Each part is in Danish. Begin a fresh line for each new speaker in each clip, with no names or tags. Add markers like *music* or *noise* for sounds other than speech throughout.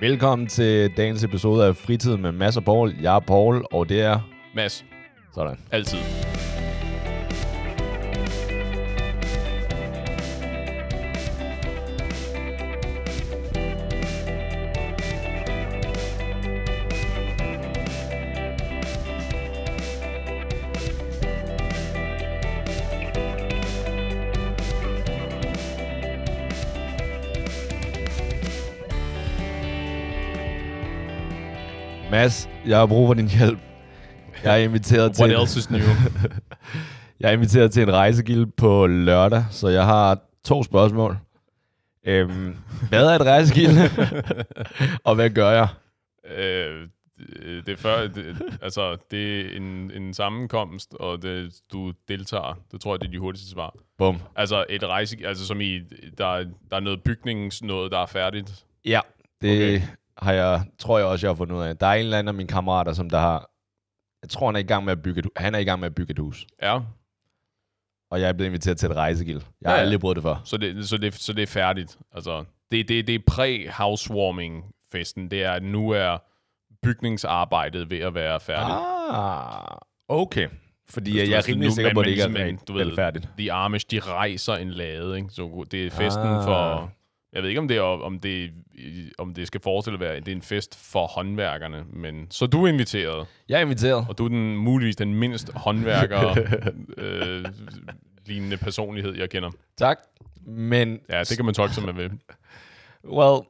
Velkommen til dagens episode af Fritid med Mads og Paul. Jeg er Paul, og det er
Mads,
sådan.
altid.
Mads, jeg har brug for din hjælp. Jeg er inviteret til,
*laughs* What else is new?
jeg er inviteret til en rejsegild på lørdag, så jeg har to spørgsmål. Øhm, hvad er et
*laughs*
rejsegild? og hvad gør jeg?
øh, det er før, det, altså, det er en, en sammenkomst, og det, du deltager. Det tror jeg, det er de hurtigste svar.
Bum.
Altså et rejse, altså som i, der, er- der er noget bygnings noget, der er færdigt.
Ja, det okay.
Okay.
har jeg, tror jeg også, jeg har fundet ud af. Der er en eller anden af mine kammerater, som der har... Jeg tror, han er i gang med at bygge et, han er i gang med at bygge et hus.
Ja,
Og jeg er blevet inviteret til et rejsegild. Jeg har
Ja, ja.
aldrig prøvet det før.
så det, så det, så det er færdigt. Altså, det, det, det er præ-housewarming-festen. Det er, at nu er bygningsarbejdet ved at være færdigt.
Ah, okay. Fordi
Hvis
jeg,
du
jeg er
også-
rimelig
nu-
sikker
men-
på, at det
men-
ikke ligesom er
men
rent
du ved-
velfærdigt.
The Amish, de rejser en lade, ikke? Så det er festen
Ah.
ah. for... Jeg ved ikke, om det, er, om, det, om det skal forestille at være, det er en fest for håndværkerne, men... Så du er inviteret,
Jeg er inviteret.
og du er den, muligvis den mindst
*laughs*
håndværker øh, lignende personlighed, jeg kender.
Tak. Men,
Ja, det kan man tolke, som man vil.
well,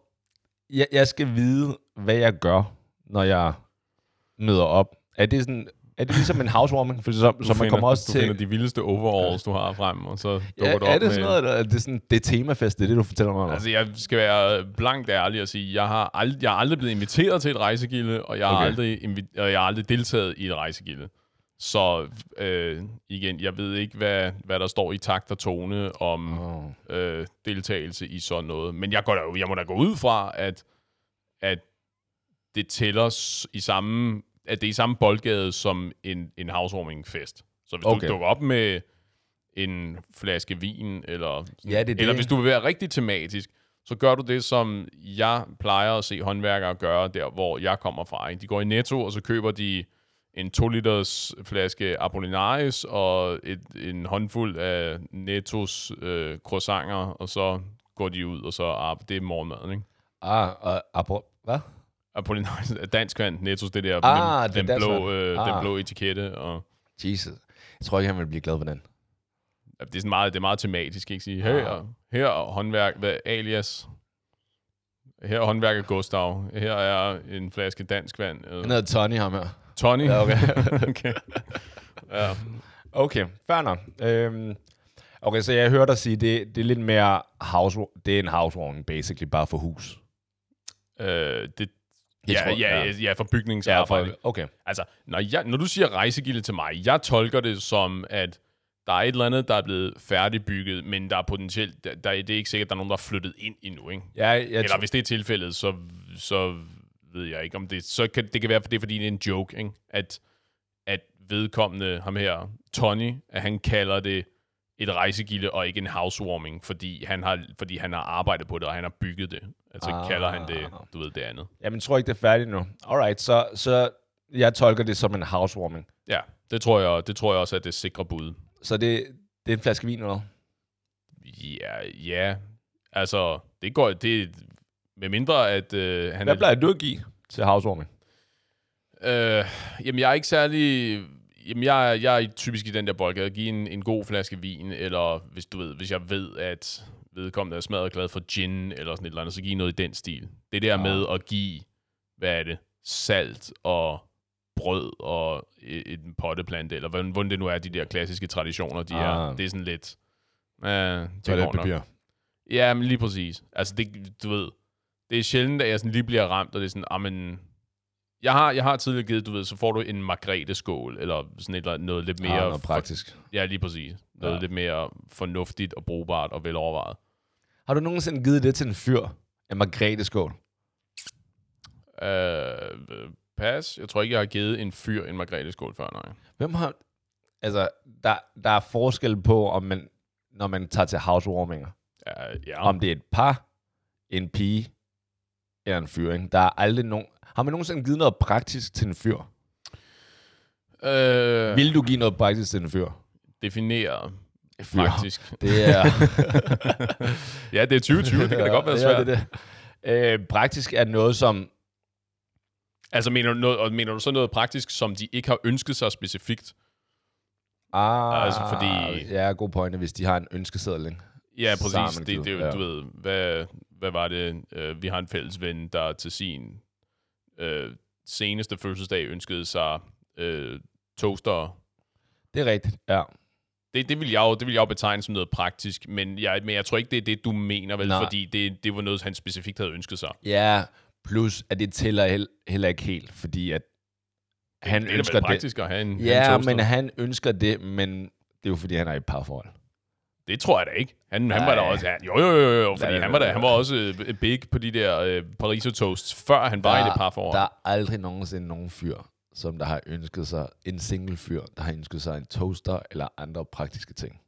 jeg, jeg skal vide, hvad jeg gør, når jeg møder op. Er det sådan... Er det ligesom en housewarming? For så, så man
Du finder,
kommer også
du
til...
finder de vildeste overalls, du har frem, og så dukker
ja,
du op
er det
med...
sådan noget, eller er det sådan, det er temafest, det er det, du fortæller mig om?
Altså, jeg skal være blankt ærlig og sige, jeg har, ald- jeg har aldrig blevet inviteret til et rejsegilde, og jeg, okay. har
Okay.
aldrig invi- og jeg har aldrig deltaget i et rejsegilde. Så øh, igen, jeg ved ikke, hvad, hvad der står i takt og tone om
Åh.
øh, deltagelse i sådan noget. Men jeg, går da, jeg må da gå ud fra, at, at det tæller s- i samme, at det er i samme boldgade som en, en housewarming-fest. Så hvis
Okay.
du dukker op med en flaske vin, eller,
Ja,
sådan-
det er det,
eller
ikke?
hvis du vil være rigtig tematisk, så gør du det, som jeg plejer at se håndværkere gøre, der hvor jeg kommer fra. Ikke? De går i Netto, og så køber de en 2 liters flaske Apollinaris og et, en håndfuld af Nettos øh, croissanter, og så går de ud, og så ah, det er morgenmaden, ikke?
Ah, og, apro- hvad?
Apollinaris er dansk vand, Nettos det der,
Ah,
med
det er
den,
dansk
blå,
vand.
øh,
Ah.
den blå etikette, og
Jesus. Jeg tror ikke, han vil blive glad for den.
ja, det er, sådan meget, det er meget tematisk, ikke? Sige, her,
Ah.
her er håndværk, hvad, alias, her er håndværker Gustav, her er en flaske dansk vand,
Han
øh,
hedder Tony, ham her.
Tony.
Ja, okay.
*laughs* okay. Ja.
Okay, fair nok. Øhm, okay, så jeg hører dig sige, det, det er lidt mere house, det er en housewarming, basically, bare for hus.
Øh, det,
Jeg
ja,
tror-
ja,
ja.
ja, ja, for bygningsarbejde.
Okay.
Altså, når, jeg, når du siger rejsegilde til mig, jeg tolker det som, at der er et eller andet, der er blevet færdigbygget, men der er potentielt, der, der, det er ikke sikkert, at der er nogen, der er flyttet ind endnu, ikke?
Ja, jeg
Eller hvis det er tilfældet, så, så ved jeg ikke om det, så kan, det kan være, for det er fordi, det er en joke, ikke? At, at vedkommende, ham her, Tony, at han kalder det et rejsegilde og ikke en housewarming, fordi han har, fordi han har arbejdet på det, og han har bygget det. Altså
Ah.
ah. kalder han det, du ved, det andet.
jamen, tror ikke, det er færdigt nu. Alright, så, så jeg tolker det som en housewarming.
Ja, det tror jeg, det tror jeg også er det sikre bud.
Så det, det er en flaske vin eller noget?
Ja, ja. Altså, det går... Det, med mindre, at øh, han
Hvad
er...
plejer du at give til housewarming?
Øh, jamen, jeg er ikke særlig... Jamen, jeg, er- jeg er typisk i den der boldgade. Give en, en god flaske vin, eller hvis du ved, hvis jeg ved, at vedkommende er smadret glad for gin, eller sådan et eller andet, så give noget i den stil. Det der
Ah.
med at give, hvad er det, salt og brød og e- en potteplante, eller hvordan, hvordan det nu er, de der klassiske traditioner, de ah. er.
Ah.
Det er sådan lidt... Øh, det går nok. Ja, men lige præcis. Altså, det, du ved, det er sjældent, at jeg sådan lige bliver ramt, og det er sådan, ah, men... Jeg har, jeg har tidligere givet, du ved, så får du en margrethe-skål, eller sådan et eller andet, noget lidt mere...
Mere ah, noget praktisk.
For, ja, lige præcis. Noget
Ja.
ja. lidt mere fornuftigt og brugbart og velovervejet.
Har du nogensinde givet det til en fyr? En Margrethe Skål?
Øh, øh, pas. Jeg tror ikke, jeg har givet en fyr en margrethe-skål før, nej.
Hvem har... Altså, der, der er forskel på, om man, når man tager til housewarminger.
Ja, ja.
Om det er et par, en pige end en fyring. Der er aldrig nogen... Har man nogensinde givet noget praktisk til en fyr?
Øh,
Vil du give noget praktisk til en fyr?
definere faktisk.
Det *laughs* er...
Ja, det er 2020, det kan da godt være
Ja,
svært.
det er det. Øh, praktisk er noget, som...
Altså, mener du, noget, og mener du så noget praktisk, som de ikke har ønsket sig specifikt?
Ah,
Altså, fordi-
Ja, god pointe, hvis de har en ønskeseddel, ikke?
Ja, præcis.
Sammen,
Det, det, er jo,
ja.
du ved, hvad, hvad var det? Øh, vi har en fælles ven, der til sin øh, seneste fødselsdag ønskede sig øh, toaster.
Det er rigtigt, ja.
Det, det, vil jeg jo, det vil jeg jo betegne som noget praktisk, men jeg, men jeg tror ikke, det er det, du mener, vel?
Nej.
Fordi det, det var noget, han specifikt havde ønsket sig.
Ja, plus at det tæller heller, heller ikke helt, fordi at han
det er da
ønsker
vel
det.
praktisk at have en, have
Ja,
en toaster.
men han ønsker det, men det er jo fordi, han er i et parforhold.
Det tror jeg da ikke. Han, han var
Nej.
da også... Ja, jo, jo, jo, jo,
Nej,
fordi
nej,
han var, da,
nej.
han var også øh, big på de der øh, Pariser toasts, før han var i det par for
Der er aldrig nogensinde nogen fyr, som der har ønsket sig, en single fyr, der har ønsket sig en toaster eller andre praktiske ting.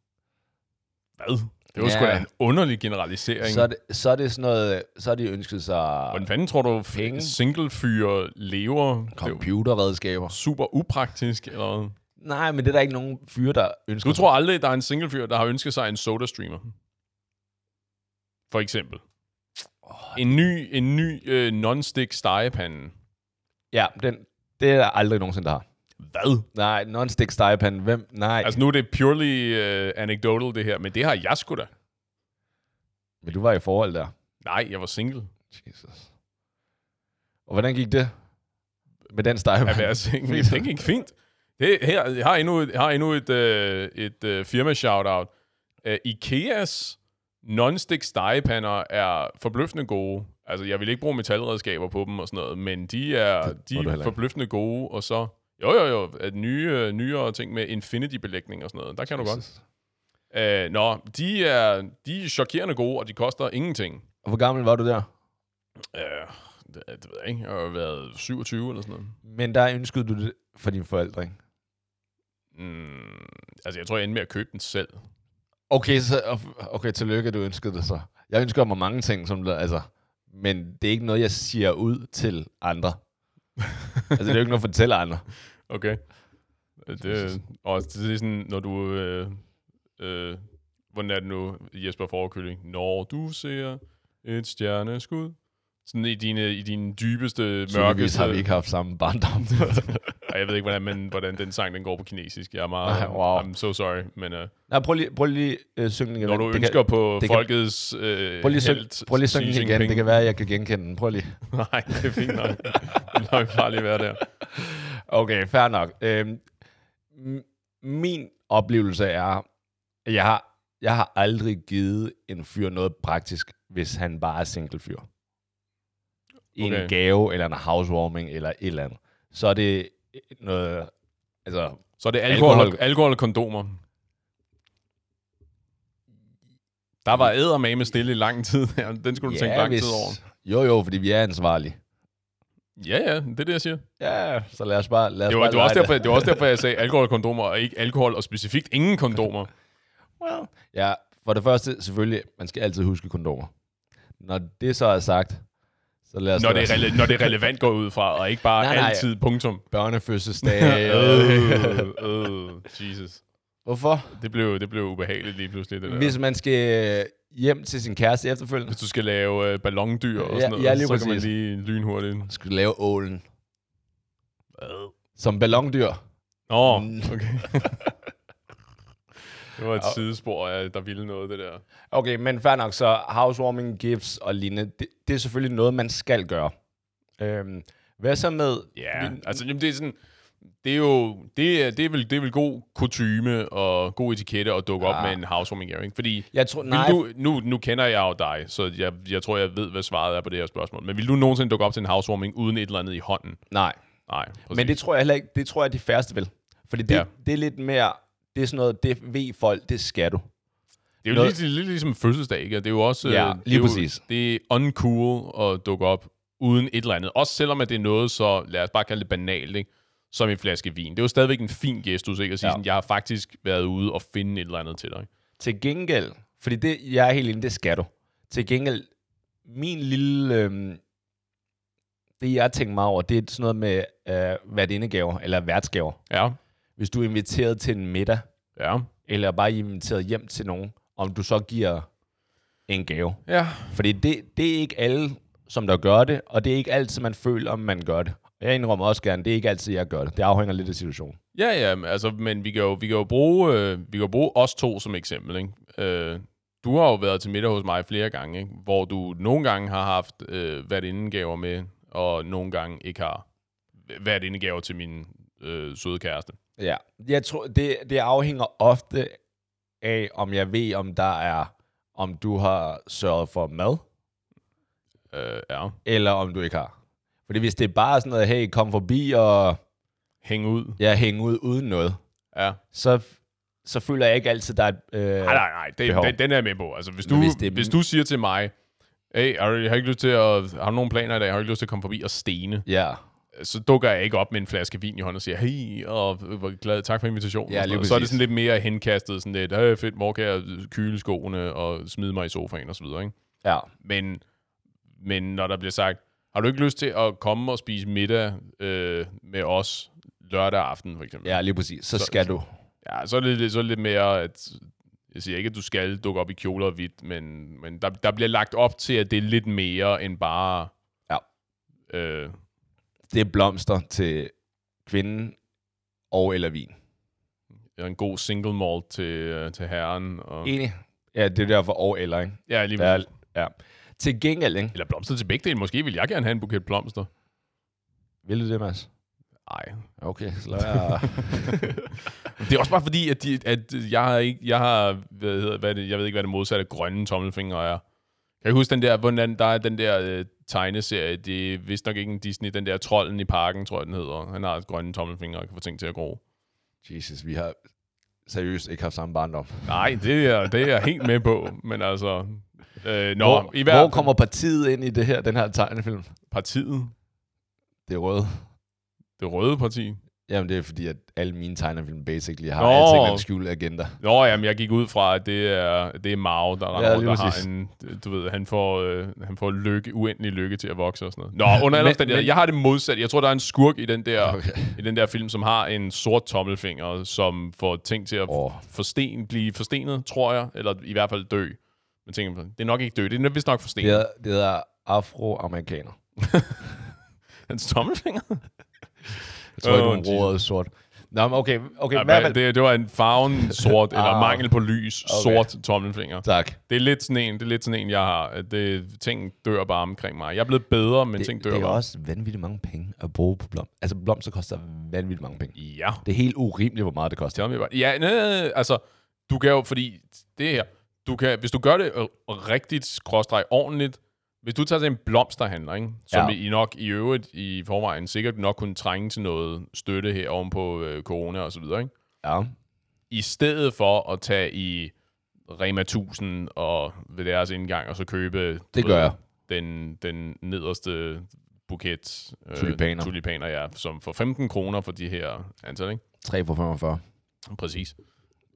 Hvad? Det var sgu
Ja.
da en underlig generalisering.
Så er, det, så er det sådan noget, så har de ønsket sig
Hvordan fanden tror du,
Penge.
f- single-fyre lever? Det er jo
computerredskaber.
super upraktisk, eller hvad?
Nej, men det er der ikke nogen fyre, der ønsker
Du tror aldrig, der er en single-fyr, der har ønsket sig en soda-streamer? For eksempel. En ny, en ny øh, non-stick stegepande.
Ja, den, det er der aldrig nogensinde, der har.
Hvad?
Nej, non-stick stegepande. Hvem? Nej. Altså,
Altså nu er det purely øh, anecdotal, det her, men det har jeg sgu da.
men du var i forhold der.
Nej, jeg var single.
Jesus. Og hvordan gik det? Med den stegepande?
at være
*laughs*
single. Det gik fint. Det, her, jeg har endnu et, jeg har endnu et, øh, et øh, firma-shoutout. Øh, Ikeas non-stick stegepander er forbløffende gode. Altså, jeg vil ikke bruge metalredskaber på dem og sådan noget, men de er, de
må du heller ikke.
er forbløffende gode, og så... Jo, jo, jo. At nye, øh, nyere ting med Infinity-belægning og sådan noget. Der kan du godt.
Jesus.
Øh, nå, de er, de er chokerende gode, og de koster ingenting.
Og hvor gammel var du der?
Øh, det, det ved jeg ikke. Jeg har været 27 eller sådan noget.
Men der ønskede du det for dine forældre, ikke?
Mm, altså, jeg tror, jeg endte med at købe den selv.
Okay, så, okay, tillykke, du ønskede det så. Jeg ønsker mig mange ting, som der, altså, men det er ikke noget, jeg siger ud til andre. altså, det er jo ikke noget, jeg fortæller
*laughs*
andre.
Okay. Det, og det er sådan, når du... Øh, øh, hvordan er det nu, Jesper Forkøling? Når du ser et stjerneskud. Sådan i dine, i dine dybeste,
Tydeligvis
mørkeste...
har vi ikke haft samme barndom.
*laughs* Ej, jeg ved ikke, hvordan, men, hvordan den sang den går på kinesisk. Jeg er meget...
Ej, wow.
I'm so sorry, men øh,
Nej, prøv lige, prøv lige øh, synge den igen.
når du
Det
ønsker
kan,
på
det kan-
folkets øh,
prøv lige, syng,
helt,
prøv lige
Xi
synge den igen.
Jinping.
Det kan være, at jeg kan genkende den. Prøv lige.
*laughs* Nej, det er fint nok. *laughs* Det lader vi bare lige være der.
Okay, fair nok. Øhm, m- min oplevelse er, at jeg har, jeg har aldrig givet en fyr noget praktisk, hvis han bare er single fyr. Okay.
Okay.
En gave, eller en housewarming, eller et eller andet. Så er det øh, noget... Altså,
Så er det alkohol, alkohol.
Alkohol.
alkohol og kondomer. Der var eddermame stille i lang tid. *laughs* her. Den skulle du tænke lang tid over.
Jo, jo, fordi vi er ansvarlige.
Ja, ja, det er det, jeg siger.
Ja, så lad os bare... Lad os
Det var,
bare
det var, også,
lege
derfor, det var også derfor, jeg sagde alkohol og kondomer, og ikke alkohol og specifikt ingen
*laughs*
kondomer.
Well. Ja, for det første, selvfølgelig, man skal altid huske kondomer. Når det så er sagt, så lad os...
Når det, er rele- når det er relevant går ud fra, og ikke bare
Nej,
nej,
nej.
nej, altid punktum.
Børnefødselsdag... øh.
Øh, øh, Jesus.
Hvorfor?
Det blev, det blev ubehageligt lige pludselig. Det der. Hvis,
Hvis man skal øh, hjem til sin kæreste efterfølgende,
du skal lave øh, ballondyr og
Ja,
sådan noget,
ja, lige
så kan man
præcis.
lige lynhurtigt.
så skal du lave ålen. Som ballondyr.
Nå,
Mm.
okay. det var et sidespor, ja, der ville noget, det der.
Okay, men fair nok, så housewarming, gifts og lignende, det, det er selvfølgelig noget, man skal gøre. Øhm, hvad så med...
Ja, altså jamen, det er sådan... Det er jo det er, det er vel, det er vel god kutyme og god etikette at dukke op
Ah.
med en housewarming gathering, fordi
Jeg tror,
vil
nej,
du, nu, nu kender jeg jo dig, så jeg, jeg tror, jeg ved, hvad svaret er på det her spørgsmål. Men vil du nogensinde dukke op til en housewarming uden et eller andet i hånden?
nej.
Nej,
Men det tror jeg heller ikke, det tror jeg, de færreste vil. Fordi det, ja.
Ja.
det er lidt mere, det er sådan noget, det ved folk, det skal du.
det er jo
noget-
lidt, lidt ligesom fødselsdag, ikke? Og Det er jo også...
Ja,
øh,
lige
det er
præcis.
Jo, det er uncool at dukke op uden et eller andet. Også selvom at det er noget så, lad os bare kalde det banalt, ikke? som en flaske vin. Det er jo stadigvæk en fin gestus, ikke? At sige
Ja.
ja. sådan, jeg har faktisk været ude og finde et eller andet til dig.
Til gengæld, fordi det, jeg er helt enig, det skal du. Til gengæld, min lille øhm, det jeg tænker mig over, det er sådan noget med øh, værtindegaver eller værtsgaver.
Ja,
Hvis du er inviteret til en middag,
ja.
eller bare inviteret hjem til nogen, om du så giver en gave.
Ja,
Fordi det, det er ikke alle, som der gør det, og det er ikke altid, man føler, om man gør det. Jeg indrømmer også gerne, det er ikke altid, jeg gør det. Det afhænger lidt af situationen.
ja, ja men altså, men vi kan jo, vi kan jo bruge, øh, vi kan jo bruge os to som eksempel, ikke? Øh, du har jo været til middag hos mig flere gange, ikke? hvor du nogle gange har haft øh, været indengaver med, og nogle gange ikke har været indengaver til min øh, søde kæreste.
Ja. Jeg tror, det, det afhænger ofte af, om jeg ved, om der er, om du har sørget for mad,
Øh, ja.
eller om du ikke har. Fordi hvis det er bare sådan noget, hey, kom forbi og
Hænge ud.
jeg hænger ud uden noget,
Ja.
så, så føler jeg ikke altid, der er... et, Øh,
Nej, nej, nej. Det,
Behov.
den, den er jeg med på. Altså, hvis
Men
du, hvis,
hvis det er-
det... hvis du siger til mig, hey, har du, har ikke lyst til at, har du nogle planer i dag? Har du ikke lyst til at komme forbi og stene?
Ja.
Så dukker jeg ikke op med en flaske vin i hånden og siger, hey, og hvor glad, tak for invitationen.
Ja,
og sådan
lige
noget. så er det
præcis.
sådan lidt mere henkastet, sådan lidt, hey, fedt, hvor kan jeg kyle skoene og smide mig i sofaen og så videre, ikke?
Ja.
Men, men når der bliver sagt, har du ikke lyst til at komme og spise middag øh, med os lørdag aften, for eksempel?
Ja, lige præcis. Så, skal du.
Ja, så er det, lidt- så er det lidt mere, at jeg siger ikke, at du skal dukke op i kjoler og hvidt, men, men der, der bliver lagt op til, at det er lidt mere end bare...
Ja.
Øh,
Det er blomster til kvinden og eller vin.
en god single malt til, øh, til herren. Og,
Enig? Ja, det er derfor og eller, ikke?
ja, lige
Ja,
ja.
ja. Til gengæld, ikke?
Eller blomster til begge dele. Måske vil jeg gerne have en buket blomster.
Vil du det, Mads?
Nej.
Okay, så lad jeg...
Det er også bare fordi, at, de, at jeg har ikke, jeg har, hvad hedder, hvad er det, jeg ved ikke, hvad det modsatte grønne tommelfinger er. Kan jeg huske den der, hvordan der er den der øh, tegneserie, det er vist nok ikke en Disney, den der trolden i parken, tror jeg den hedder. Han har et grønne tommelfinger og kan få ting til at gro.
Jesus, vi har seriøst ikke haft samme barndom.
Nej, det er, det er jeg helt med på, men altså... Øh, nå,
hvor,
i
hvor
hvert fald
kommer partiet ind i det her, den her tegnefilm?
partiet,
Det er røde.
det røde parti.
Jamen, det er fordi, at alle mine tegnefilm basically har
Nå.
Nå. altid en skjult agenda.
Nå, jamen, jeg gik ud fra, at det er, det er Mao, der,
Ja,
ja,
lige
der har
præcis.
en... Du ved, han får, øh, han får lykke, uendelig lykke til at vokse og sådan noget. Nå, under alle
Men-
omstændigheder,
men-
jeg har det modsat. Jeg tror, der er en skurk i den der... Okay.
Okay.
I den der film, som har en sort tommelfinger, som får ting til at oh.
Åh.
forsten, blive forstenet, tror jeg, eller i hvert fald dø. Men tænker, det er nok ikke dø, det er vist nok
Det
forstenet. Yeah.
hedder, det hedder afroamerikaner.
Hans tommelfinger?
Jeg tror
Åh,
oh, ikke,
Jesus.
hun råder sort. Nå, men okay, okay
Ja,
i hvert fald...
det, det var en farven sort, eller
Ah.
mangel på lys,
Okay.
sort tommelfinger.
Tak.
Det er lidt sådan en, det er lidt sådan en jeg har. at Det, ting dør bare omkring mig. Jeg er blevet bedre, men det, ting
det,
dør
det er
bare.
også vanvittigt mange penge at bruge på blomster. Altså, blomster koster vanvittigt mange penge.
Ja.
Det er helt urimeligt, hvor meget det koster.
Tell me about Ja, nej, nej, nej, altså, du kan jo, fordi det her, du kan, hvis du gør det øh, rigtigt, skråstreg ordentligt, hvis du tager til en blomsterhandler, ikke, som
Ja.
I nok i øvrigt i forvejen sikkert nok kunne trænge til noget støtte her oven på øh, corona og så videre, ikke?
Ja.
i stedet for at tage i Rema 1000 og ved deres indgang, og så købe du
Det gør jeg.
den, den nederste buket øh,
Tulipaner.
tulipaner ja, som for 15 kroner for de her antal, ikke?
3 for 45.
Præcis.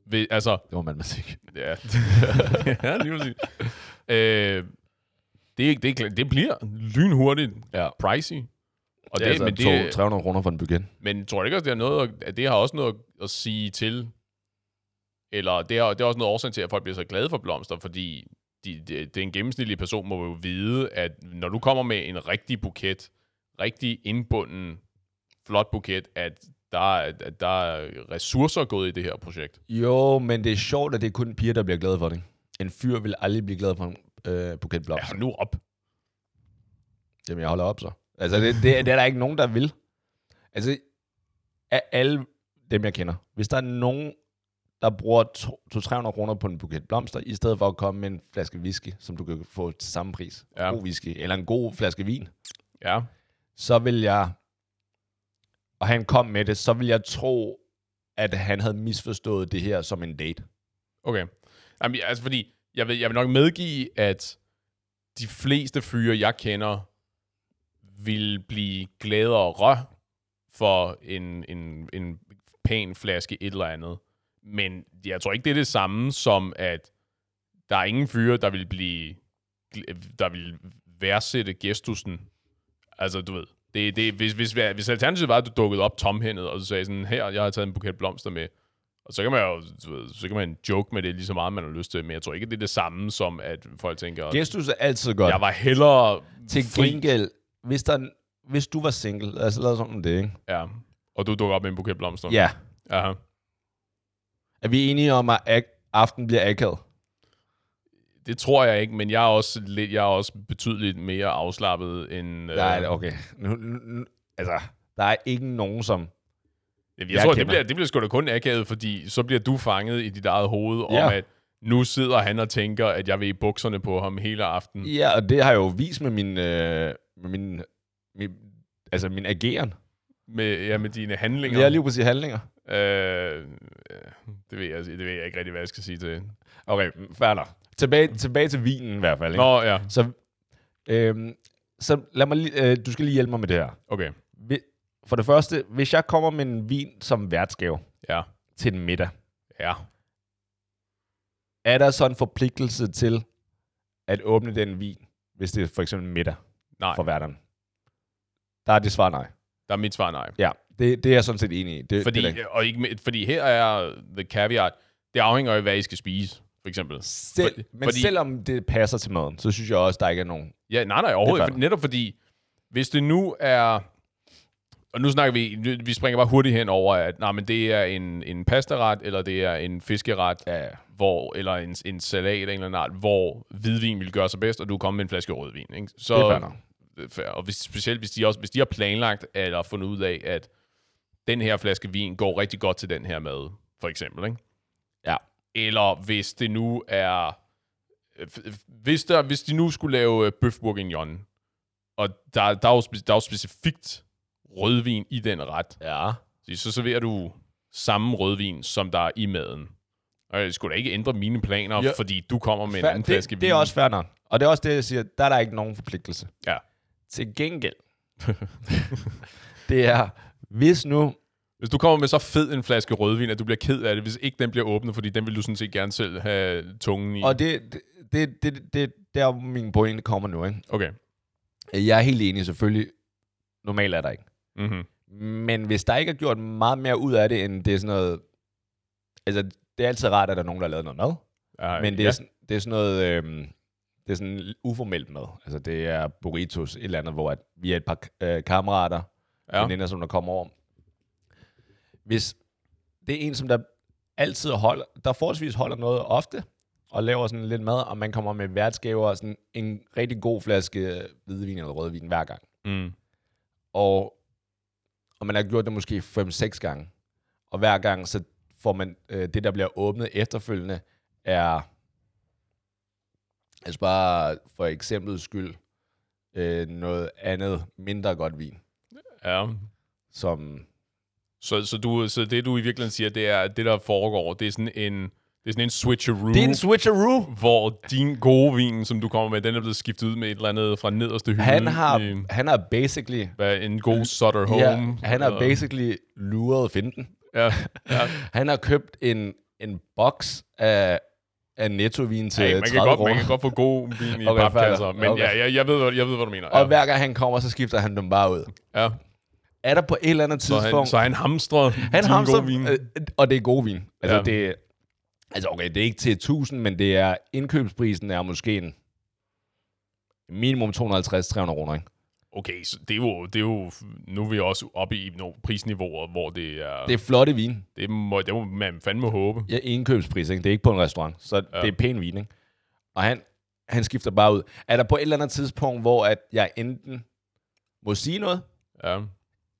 Ved, altså,
Det var matematik. *laughs*
ja, ja lige præcis. Øh, det, er ikke- det, er klart- det bliver lynhurtigt
Ja.
pricey. Og
Det er altså
men,
to,
det,
300 kroner for en buket.
men tror du ikke også, det har, noget at, at det har også noget at sige til? Eller det, har, det er også noget årsag til, at folk bliver så glade for blomster, fordi de, de, den gennemsnitlige person må jo vide, at når du kommer med en rigtig buket, rigtig indbunden, flot buket, at der, er- at der er ressourcer gået i det her projekt.
Jo, men det er sjovt, at det er kun piger, der bliver glade for det. En fyr vil aldrig blive glad for en øh, buket
Ja,
blomster.
hold nu op.
Jamen, jeg holder op så. Altså, det, det, det er der ikke nogen, der vil. Altså, af alle dem, jeg kender, hvis der er nogen, der bruger to- 200-300 kroner på en buket blomster, i stedet for at komme med en flaske whisky, som du kan få til samme pris,
Ja.
ja. god whisky, eller en god flaske vin,
Ja.
så vil jeg, og han kom med det, så vil jeg tro, at han havde misforstået det her som en date.
Okay. Jamen, ja, altså fordi, jeg vil, jeg vil nok medgive, at de fleste fyre, jeg kender, vil blive gladere for en, en, en pæn flaske et eller andet. Men jeg tror ikke, det er det samme som, at der er ingen fyre, der vil blive, gl- der vil værdsætte gestusen Altså, du ved, det, det, hvis, hvis, hvis alternativet var, at du dukkede op tomhændet, og du sagde sådan, her, jeg har taget en buket blomster med, og så kan man jo, du ved, så kan man joke med det lige så meget, man har lyst til, men jeg tror ikke, det er det samme som, at folk tænker,
Gestus er altid godt.
jeg var hellere
Til
fri."
gengæld, hvis, der, hvis du var single, lad os lade os om det, ikke?
Ja, og du dukker op med en buket blomster.
Ja.
Aha.
Er vi enige om, at ak- aften bliver akavet?
Det tror jeg ikke, men jeg er også, lidt, jeg er også betydeligt mere afslappet end... Øh,
Nej, okay. Nu, nu, nu, altså, der er ikke nogen, som...
Jeg, jeg
Jeg
tror, det
kender.
bliver, det bliver sgu da kun akavet, fordi så bliver du fanget i dit eget hoved ja.
Ja.
om, at nu sidder han og tænker, at jeg vil i bukserne på ham hele aftenen.
Ja, og det har jeg jo vist med min... Øh, med min, min altså min ageren.
Med, ja, med dine handlinger.
Jeg er lige præcis handlinger.
øh, det, ved jeg, det ved jeg ikke rigtig, hvad jeg skal sige til.
Okay, fair nok. Tilbage, tilbage til vinen i hvert fald. Ikke?
Nå, ja.
Så, øhm, så lad mig lige, øh, du skal lige hjælpe mig med det her.
Okay.
Hvi- For det første, hvis jeg kommer med en vin som værtsgave
Ja.
til en middag,
Ja.
er der så en forpligtelse til at åbne den vin, hvis det er for eksempel middag
Nej.
for værterne? Der er det svar nej.
Der er mit svar nej.
Ja, det, det er jeg sådan set enig i. Det,
Fordi,
det er det.
og ikke, med- fordi her er the caveat. Det afhænger af, hvad I skal spise, for eksempel.
Selv,
fordi-
men
fordi-
selvom det passer til maden, så synes jeg også, der ikke er nogen.
Ja, nej, nej, overhovedet
Det er
ikke. Netop fordi, hvis det nu er... Og nu snakker vi, vi springer bare hurtigt hen over, at nej, men det er en, en pastaret, eller det er en fiskeret,
Ja,
hvor, eller en, en salat af en eller anden art, hvor hvidvin vil gøre sig bedst, og du kommer med en flaske rødvin. Ikke? Så,
Det er fair nok.
fair fair. Og hvis, specielt hvis de, også, hvis de har planlagt eller fundet ud af, at den her flaske vin går rigtig godt til den her mad, for eksempel. Ikke?
ja.
Eller hvis det nu er... Hvis, der, hvis de nu skulle lave øh, bøf bourguignon, og der, der, er jo, spe- der er jo specifikt rødvin i den ret,
ja.
så så serverer du samme rødvin, som der er i maden. Og jeg skulle da ikke ændre mine planer, ja.
Ja.
fordi du kommer med en
Fair,
anden flaske
det,
vin.
det er også fair nok. Og det er også det, jeg siger, der er der ikke nogen forpligtelse.
Ja.
Til gengæld, *laughs* det er, hvis nu,
Hvis du kommer med så fed en flaske rødvin, at du bliver ked af det, hvis ikke den bliver åbnet, fordi den vil du sådan set gerne selv have tungen i.
og det, det, det, det, det der hvor min pointe kommer nu, ikke?
Okay.
jeg er helt enig selvfølgelig, normalt er der ikke.
Mm-hmm.
Men hvis der ikke er gjort meget mere ud af det, end det er sådan noget, altså det er altid rart, at der er nogen, der har lavet noget mad,
Ja,
men det er,
ja.
sådan, det er sådan noget, øhm, det er sådan uformelt mad. Altså det er burritos, et eller andet, hvor at vi er et par øh, kammerater, ja.
Ja.
veninder, som der kommer over. Hvis det er en, som der altid holder, der forholdsvis holder noget ofte, og laver sådan lidt mad, og man kommer med værtsgaver og sådan en rigtig god flaske øh, hvidvin eller rødvin hver gang.
Mm.
Og, og man har gjort det måske 5-6 gange. Og hver gang, så får man øh, det, der bliver åbnet efterfølgende, er altså bare for eksempel skyld øh, noget andet mindre godt vin,
ja.
som
Så, så, du, så det, du i virkeligheden siger, det er, at det, der foregår, det er sådan en, det er sådan en switcheroo,
Det er en switcheroo.
hvor din gode vin, som du kommer med, den er blevet skiftet ud med et eller andet fra nederste hylde.
Han har,
i,
han har basically...
hvad, en god Sutter Home.
Ja, han har
eller-
basically luret finten. *laughs*
Ja, ja.
Han har købt en, en boks af, af nettovin til
Hey,
hey,
man,
30
kan godt,
kroner.
man kan godt få god vin i
Okay,
okay, papkasser,
fair.
men
Okay.
ja, jeg, jeg, ved, hvad- jeg ved, hvad du mener.
Og
Ja,
hver gang han kommer, så skifter han dem bare ud.
ja.
Er der på et eller andet
Så, han,
tidspunkt...
så han hamstrer
han
din
hamstrer,
gode vin.
øh, og det er god vin. Altså,
Ja.
ja. det, altså okay, det er ikke til 1000, men det er, indkøbsprisen er måske en minimum 250-300 kroner, ikke?
Okay, så det er, jo, det er jo... Nu er vi også oppe i nogle prisniveauer, hvor det er...
Det
Det,
er flotte vin.
det, må, det må man fandme håbe.
Ja, indkøbspris, ikke? Det er ikke på en restaurant, så ja. det er pæn vin, ikke? Og han, han skifter bare ud. Er der på et eller andet tidspunkt, hvor at jeg enten må sige noget,
Ja.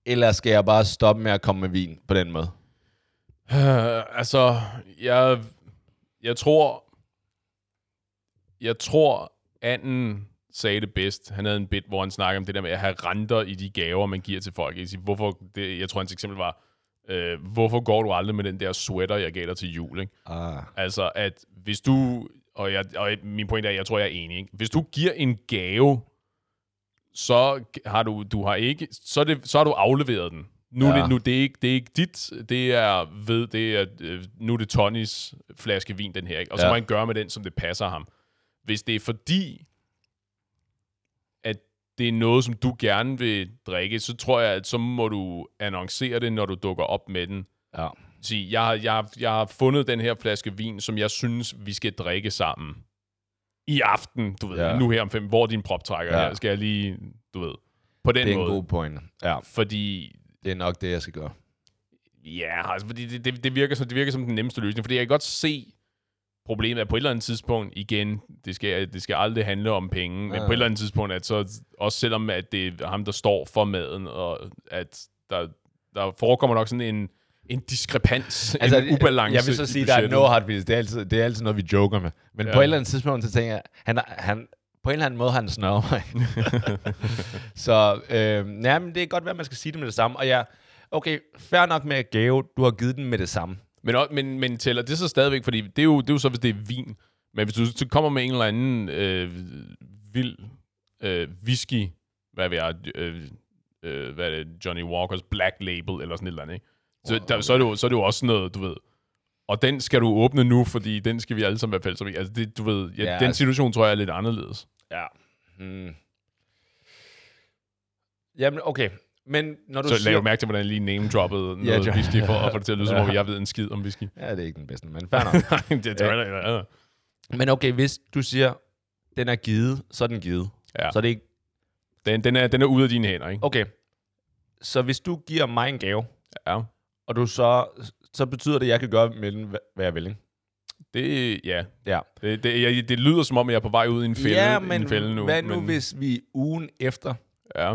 eller skal jeg bare stoppe med at komme med vin på den måde?
Øh, altså, jeg, jeg tror, jeg tror, anden sagde det bedst. Han havde en bit, hvor han snakkede om det der med at have renter i de gaver, man giver til folk. Jeg, siger, hvorfor, det, jeg tror, hans eksempel var, øh, hvorfor går du aldrig med den der sweater, jeg gav dig til jul? Ikke?
Ah.
Altså, at hvis du... Og, jeg, og min pointe er, at jeg tror, jeg er enig. Ikke? Hvis du giver en gave, så har du, du har ikke, så, er det, så har du afleveret den. Nu, ja.
Ja.
det, nu det er ikke, det er ikke dit, det er ved, det er, øh, nu er det Tonys flaske vin, den her. Ikke? Og så
Ja.
må han gøre med den, som det passer ham. Hvis det er fordi, at det er noget, som du gerne vil drikke, så tror jeg, at så må du annoncere det, når du dukker op med den.
Ja.
Sige, jeg, har- jeg, har- jeg har fundet den her flaske vin, som jeg synes, vi skal drikke sammen. I aften, du ved,
Ja.
ja. nu her om fem, hvor er din proptrækker
Ja.
ja. her? Skal jeg lige, du ved, på den
Det er en
måde.
god point. Ja,
Fordi
det er nok det, jeg skal gøre.
Ja, altså, fordi det, det, det, virker som, det virker som den nemmeste løsning, fordi jeg kan godt se problemet, at på et eller andet tidspunkt, igen, det skal, det skal aldrig handle om penge, men
Ja.
på et eller andet tidspunkt, at så, også selvom at det er ham, der står for maden, og at der, der forekommer nok sådan en, en diskrepans, altså, en ubalance
Jeg vil så
i
sige, der er
budgettet.
no hard feelings. Det er altid, det er altid noget, vi joker med. Men ja.
Ja.
på et eller andet tidspunkt, så tænker jeg, han, er- han, på en eller anden måde har han snørret
*laughs*
mig. så øh, ja, men det kan godt være, at man skal sige det med det samme. Og jeg, okay, fair nok med gave, du har givet den med det samme.
Men, også- men, men tæller det så stadigvæk, fordi det er, jo, det er jo så, hvis det er vin. Men hvis du så kommer med en eller anden øh, vild øh, whisky, hvad ved jeg, øh, øh, hvad er det, Johnny Walkers Black Label, eller sådan et eller andet, ikke? Så, der, så, er det jo, så er det jo også sådan noget, du ved, og den skal du åbne nu, fordi den skal vi alle sammen være fælles om. Altså, det, du ved, ja,
Ja,
ja, den
altså-
situation tror jeg er lidt anderledes.
Ja. Hmm. Jamen, okay. Men når du
Så lad
siger...
jo mærke til, hvordan jeg lige name-droppede noget
John.
whisky, for at få det til
*laughs*
at lyde, som om
Ja.
jeg ved en skid om whisky.
Ja, det er ikke den bedste, men fair
*laughs*
nok.
Nej, det, det,
Ja.
ja. Ja.
men okay, hvis du siger, den er givet, så er den givet.
Ja.
Så er det ikke...
Den, den, er, den er ude af dine hænder, ikke?
Okay. Så hvis du giver mig en gave,
Ja.
og du så... Så betyder det, at jeg kan gøre med den, hva- hvad jeg vil, ikke?
Det, ja.
Ja.
Det, det, jeg, det lyder som om, jeg er på vej ud i en fælde,
ja,
i
men
en fælde nu.
hvad nu,
men,
hvis vi ugen efter
Ja.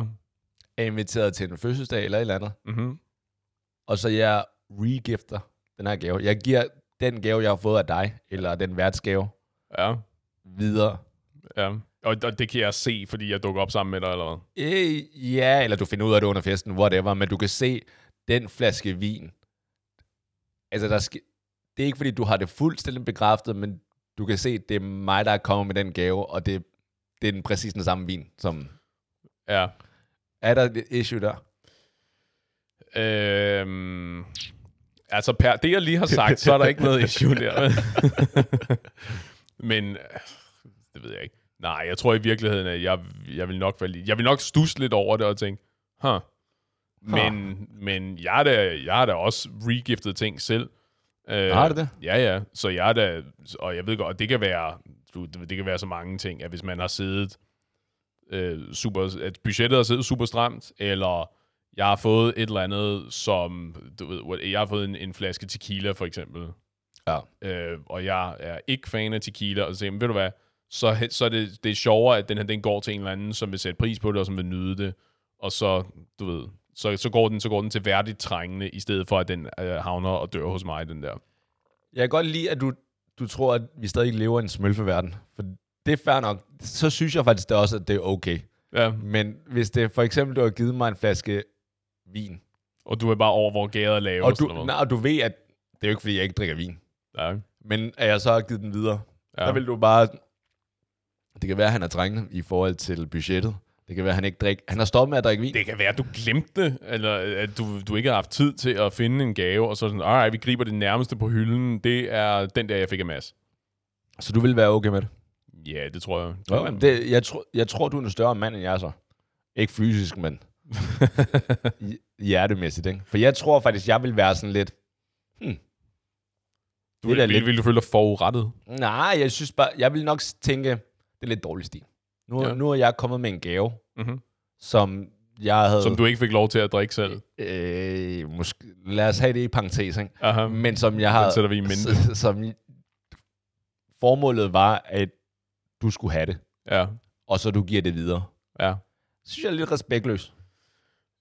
er inviteret til en fødselsdag eller et eller andet,
Mm-hmm.
og så jeg regifter den her gave. Jeg giver den gave, jeg har fået af dig, eller den værtsgave,
Ja.
videre
Ja. Og, og det kan jeg se, fordi jeg dukker op sammen med dig, eller hvad?
Øh, ja, eller du finder ud af det under festen, whatever, men du kan se den flaske vin. Altså, der ske, det er ikke, fordi du har det fuldstændig bekræftet, men du kan se, det er mig, der er kommet med den gave, og det, det er den, præcis den samme vin, som...
Ja.
Er der et issue der?
Øhm, altså, per det, jeg lige har sagt, så er der ikke
*laughs*
noget issue der. *laughs* men øh, det ved jeg ikke. Nej, jeg tror i virkeligheden, at jeg, jeg vil nok være lige, jeg vil nok stusse lidt over det og tænke, huh. Men, men jeg, er da, jeg har da også regiftet ting selv. Øh,
Har du det?
Ja, ja. Så jeg er da, og jeg ved godt, og det kan være, du, det kan være så mange ting, at hvis man har siddet øh, super, at budgettet har siddet super stramt, eller jeg har fået et eller andet, som, du ved, what- jeg har fået en, en flaske tequila, for eksempel,
Ja.
øh, og jeg er ikke fan af tequila, og så siger jeg, "Men ved du hvad, så, he- så er det, det er sjovere, at den her, den går til en eller anden, som vil sætte pris på det, og som vil nyde det, og så, du ved, så, så, går, den, så går den til værdigt trængende, i stedet for, at den øh, havner og dør hos mig, den der.
Jeg kan godt lide, at du, du tror, at vi stadig lever i en smølfeverden, for det er fair nok. Så synes jeg faktisk da også, at det er okay.
Ja,
Men hvis det for eksempel, du har givet mig en flaske vin,
og du er bare over, hvor gader laves.
og du,
eller hvad?
nej, og du ved, at det er jo ikke, fordi jeg ikke drikker vin,
Ja.
Men at jeg så har givet den videre, ja.
Ja.
der vil du bare... Det kan være, at han er trængende i forhold til budgettet. Det kan være, at han ikke drikker... Han har stoppet med at drikke vin. Det.
Det kan være, at du glemte det, eller at du, du ikke har haft tid til at finde en gave, og så sådan, alright, vi griber det nærmeste på hylden, det er den der, jeg fik af Mads.
Så du vil være okay med det?
Ja, det tror jeg.
Okay. det jeg, tro, jeg tror, du er en større mand, end jeg er så. Ikke fysisk, *laughs* men hj- hjertemæssigt. Ikke? For jeg tror faktisk, jeg vil være sådan lidt...
du,
det er da
vil,
lidt-
vil, vil, du føle dig forurettet?
Nej, jeg synes bare... Jeg vil nok tænke, det er lidt dårlig stil. Nu, ja.
Ja.
nu er jeg kommet med en gave,
Mm-hmm.
som jeg havde...
Som du ikke fik lov til at drikke selv.
Øh, måske, lad os have det i parentes, ikke?
Aha.
men som Mm. jeg har...
Den sætter vi i
*laughs*
mente.
s- Som, formålet var, at du skulle have det,
Ja,
og så du giver det videre.
ja.
Det synes jeg er lidt respektløst.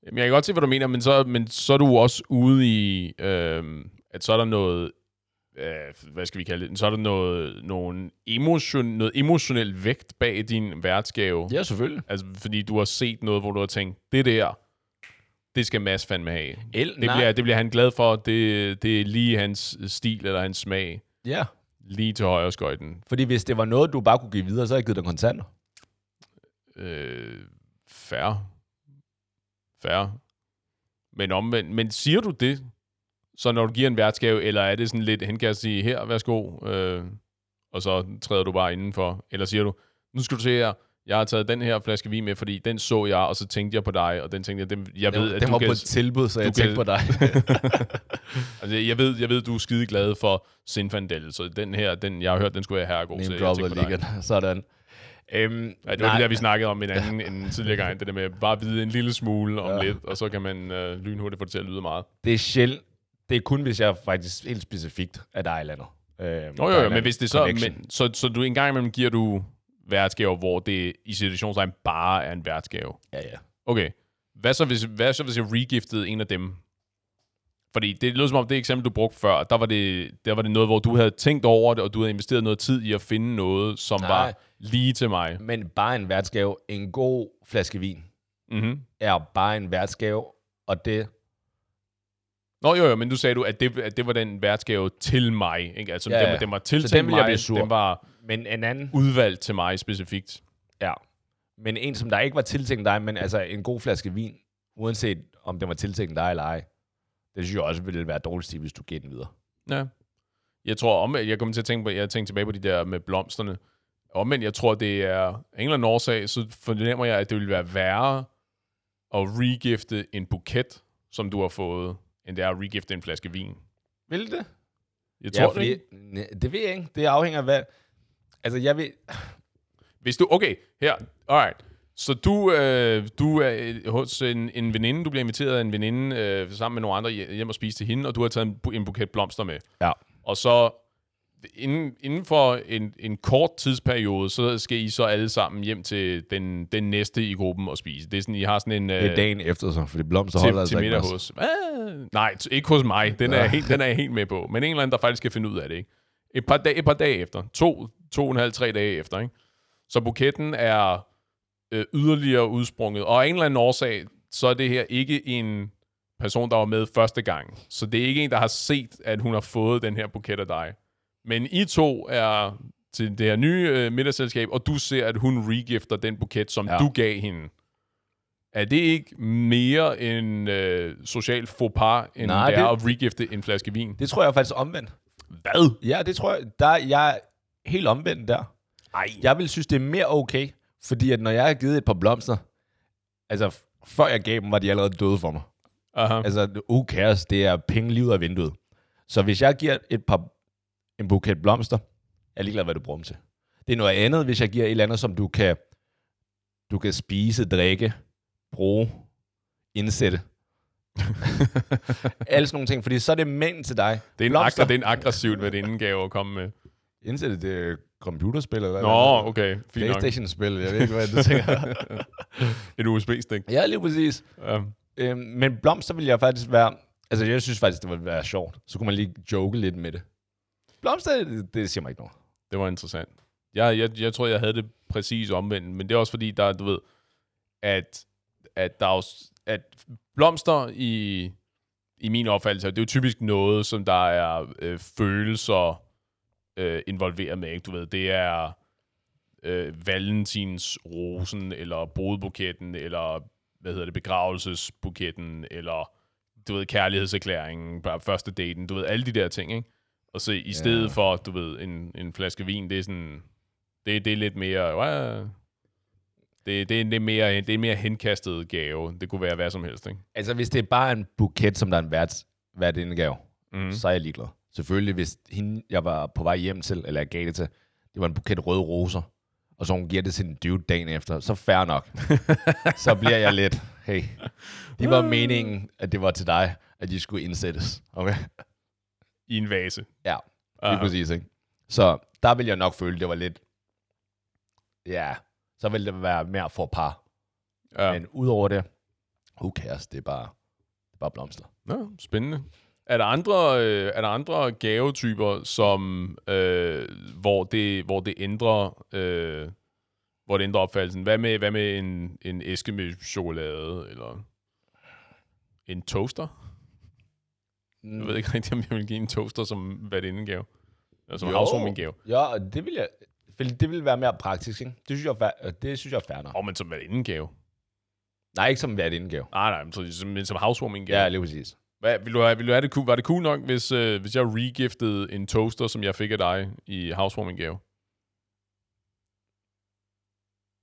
Jamen, jeg kan godt se, hvad du mener, men så, men så er du også ude i, øh, at så er der noget, øh, hvad skal vi kalde det, så er der noget, nogen emotion, noget emotionel vægt bag din værtsgave.
Ja, selvfølgelig.
Altså, fordi du har set noget, hvor du har tænkt, det der, det skal Mads fandme have.
El,
Det bliver, det bliver han glad for. Det, det er lige hans øh, stil eller hans smag.
Ja,
Lige til højre skøjten.
fordi hvis det var noget, du bare kunne give videre, så havde jeg givet dig kontanter.
Øh, færre. Færre. Men omvendt. Men siger du det, så når du giver en værtsgave, eller er det sådan lidt, han kan sige, her, værsgo, øh, og så træder du bare indenfor? Eller siger du, nu skal du se her, jeg har taget den her flaske vin med, fordi den så jeg, og så tænkte jeg på dig, og den tænkte jeg, den, jeg ved,
den,
at
den
du
var
kan,
på et tilbud, så jeg
kan-
tænkte på
*laughs*
dig.
altså, jeg ved, jeg ved, du er skide glad for Sinfandel, så den her, den, jeg har hørt, den skulle være herregod, så
Name
jeg
droppet
tænkte på dig.
lige igen. Sådan. Øhm,
Ja, det var det der, vi snakkede om en anden en tidligere gang, det der med bare at vide en lille smule om ja. lidt, og så kan man øh, lynhurtigt få det til at lyde meget.
det er sjældent. Det er kun, hvis jeg faktisk helt specifikt er dig eller andet. Øhm,
Nå jo, jo, men hvis det så,
Men...
men, så, så du en gang imellem giver du værtsgaver, hvor det i situationstegn bare er en værtsgave.
Ja, ja.
Okay. Hvad så, hvis, hvad så, hvis jeg regiftede en af dem? Fordi det lød som om, det eksempel, du brugte før, der var, det, der var det noget, hvor du havde tænkt over det, og du havde investeret noget tid i at finde noget, som Nej.
Nej.
var lige til mig.
Men bare en værtsgave. En god flaske vin
Mm-hmm.
er bare en værtsgave, og det...
Nå jo, jo, men du sagde du, at det, at det var den værtsgave til mig. Ikke? Altså, ja,
Ja,
ja. Den,
ja.
den var
Så den
tiltænkt
ville jeg
mig,
blive sur.
den var
Men en anden...
udvalgt til mig specifikt.
Ja. Men en, som der ikke var tiltænkt dig, men altså en god flaske vin, uanset om den var tiltænkt dig eller ej, det synes jeg også ville være dårligt stil, hvis du gav den videre.
Ja. Jeg tror om, jeg kommer til at tænke på, jeg tænkte tilbage på de der med blomsterne. Omvendt, jeg tror, det er af en eller anden årsag, så fornemmer jeg, at det ville være værre at regifte en buket, som du har fået, end det er at regifte en flaske vin.
Vil det?
Jeg
Ja,
tror ja,
fordi,
det.
Næ, det ved jeg ikke. Det afhænger af, hvad... Altså, jeg vil...
Hvis du, okay, her, alright. Så du, øh, du er øh, hos en, en veninde, du bliver inviteret af en veninde øh, sammen med nogle andre hje- hjem og spise til hende, og du har taget en, bu- en buket blomster med.
Ja.
Og så inden, inden for en, en kort tidsperiode, så skal I så alle sammen hjem til den, den næste i gruppen og spise. Det er sådan, I har sådan en...
Det er
Øh,
dagen efter, så, fordi blomster holder
til,
altså
til
ikke
middag
også.
hos... Ah, nej, t- ikke hos mig. Den er, jeg helt, den er jeg helt med på. Men en eller anden, der faktisk skal finde ud af det, ikke? Et par, dage, et par dage efter. To, to og en halv, tre dage efter, ikke? Så buketten er øh, yderligere udsprunget. Og af en eller anden årsag, så er det her ikke en person, der var med første gang. Så det er ikke en, der har set, at hun har fået den her buket af dig. Men I to er til det her nye øh, middagsselskab, og du ser, at hun regifter den buket, som ja.
Ja.
du gav hende. Er det ikke mere en øh, social faux pas, end Nej,
Nej,
det er
det-
at regifte en flaske vin?
Det tror jeg er faktisk omvendt.
Hvad?
Ja, det tror jeg. Der, jeg er helt omvendt der.
Ej.
Jeg vil synes, det er mere okay, fordi at når jeg har givet et par blomster, altså f- før jeg gav dem, var de allerede døde for mig.
Aha.
Altså, who cares? Det er penge lige ud af vinduet. Så hvis jeg giver et par, en buket blomster, jeg er ligeglad, hvad du bruger dem til. Det er noget andet, hvis jeg giver et eller andet, som du kan, du kan spise, drikke, bruge, *laughs* indsætte. Alle sådan nogle ting, fordi så er det mænd til dig.
Det, er en
Blomster.
aggra, det er en aggressivt, hvad det indgave at komme med.
Indsætte det er computerspil eller
Nå, okay. Fint nok.
Playstation-spil, jeg ved ikke, hvad du tænker.
Et USB-stik.
*laughs* ja, lige præcis.
Ja.
Øhm, men blomster ville jeg faktisk være... Altså, jeg synes faktisk, det ville være sjovt. Så kunne man lige joke lidt med det. Blomster, det, det siger mig ikke noget.
Det var interessant. Jeg, jeg, jeg tror, jeg havde det præcis omvendt, men det er også fordi, der, er, du ved, at, at, der er, jo s- at blomster i, i min opfattelse, det er jo typisk noget, som der er øh, følelser øh, involveret med. Ikke? Du ved, det er øh, valentinsrosen, eller brudbuketten, eller hvad hedder det, begravelsesbuketten, eller du ved, kærlighedserklæringen, bare første daten, du ved, alle de der ting, ikke? Og så i stedet
Ja.
for, du ved, en, en flaske vin, det er sådan, det, det er lidt mere, "Wah." det, det, er lidt mere, det er en mere henkastet gave. Det kunne være hvad som helst, ikke?
Altså, hvis det er bare en buket, som der er en værts, hvert indgave,
Mhm.
mm. så er jeg ligeglad. Selvfølgelig, hvis hende, jeg var på vej hjem til, eller jeg gav det til, det var en buket røde roser, og så hun giver det til en dude dagen efter, så fair *laughs* nok. så bliver jeg lidt, hey, det var meningen, at det var til dig, at de skulle indsættes. Okay?
I en vase.
Ja,
Aha.
lige præcis, ikke? Så der ville jeg nok føle, det var lidt... Ja, så ville det være mere for par.
Ja.
Ja. Men udover det, who cares, det er bare, det er bare blomster.
Nå, spændende. Er der andre, øh, er der andre gavetyper, som, øh, hvor, det, hvor det ændrer... Øh, hvor det ændrer opfattelsen. Hvad med, hvad med en, en æske med chokolade, eller en toaster? Jeg ved ikke *laughs* rigtig, om jeg vil give en toaster som hvad det indgave. Eller som
Jo.
housewarming-gave.
Ja, og det ville jeg... Fordi det ville være mere praktisk, ikke? Det synes jeg, er fair- det synes jeg er fair nok.
Åh, men som hvad det indgave.
Nej, ikke som hvert indgave.
Nej, nej, men som, men som housewarming-gave.
Ja, lige præcis.
Hvad, ville du have, ville du have det, cool- var det cool nok, hvis, øh, hvis jeg regiftede en toaster, som jeg fik af dig i housewarming-gave?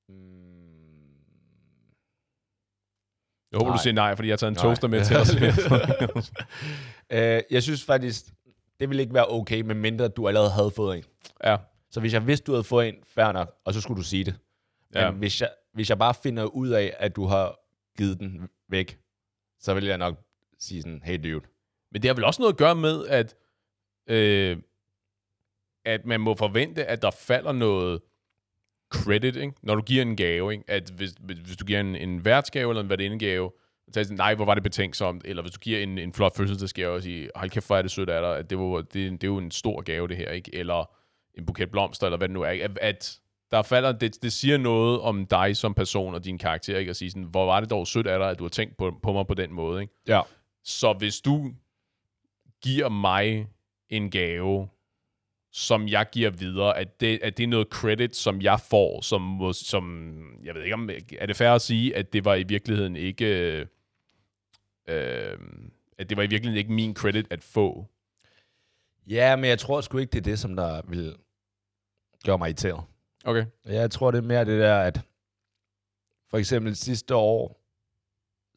Mm,
Jeg håber, nej.
Nej.
du siger nej, fordi jeg har taget en
Nej.
toaster med til
*laughs*
os.
øh, jeg synes faktisk, det ville ikke være okay, medmindre du allerede havde fået en.
ja.
Så hvis jeg vidste, du havde fået en, fair nok, og så skulle du sige det. Men
Ja.
ja. hvis, jeg, hvis jeg bare finder ud af, at du har givet den væk, så vil jeg nok sige sådan, hey dude.
Men det har vel også noget at gøre med, at, øh, at man må forvente, at der falder noget credit, ikke? når du giver en gave. Ikke? At hvis, hvis du giver en, en værtsgave eller en værtindegave, så er det sådan, nej, hvor var det betænksomt. Eller hvis du giver en, en flot fødselsdagsgave og siger, hold kæft, hvor er det sødt af dig. At det, var, det, det er jo en stor gave, det her. ikke Eller en buket blomster, eller hvad det nu er. Ikke? At, at der falder, det, det siger noget om dig som person og din karakter, ikke? at sige sådan, hvor var det dog sødt af dig, at du har tænkt på, på mig på den måde. Ikke?
Ja.
Så hvis du giver mig en gave, som jeg giver videre, at det, at det er noget credit, som jeg får, som, må- som jeg ved ikke om, er det fair at sige, at det var i virkeligheden ikke, øh, øh, at det var i virkeligheden ikke min credit at få.
Ja, men jeg tror sgu ikke, det er det, som der vil gøre mig irriteret.
Okay.
Jeg tror, det er mere det der, at for eksempel sidste år,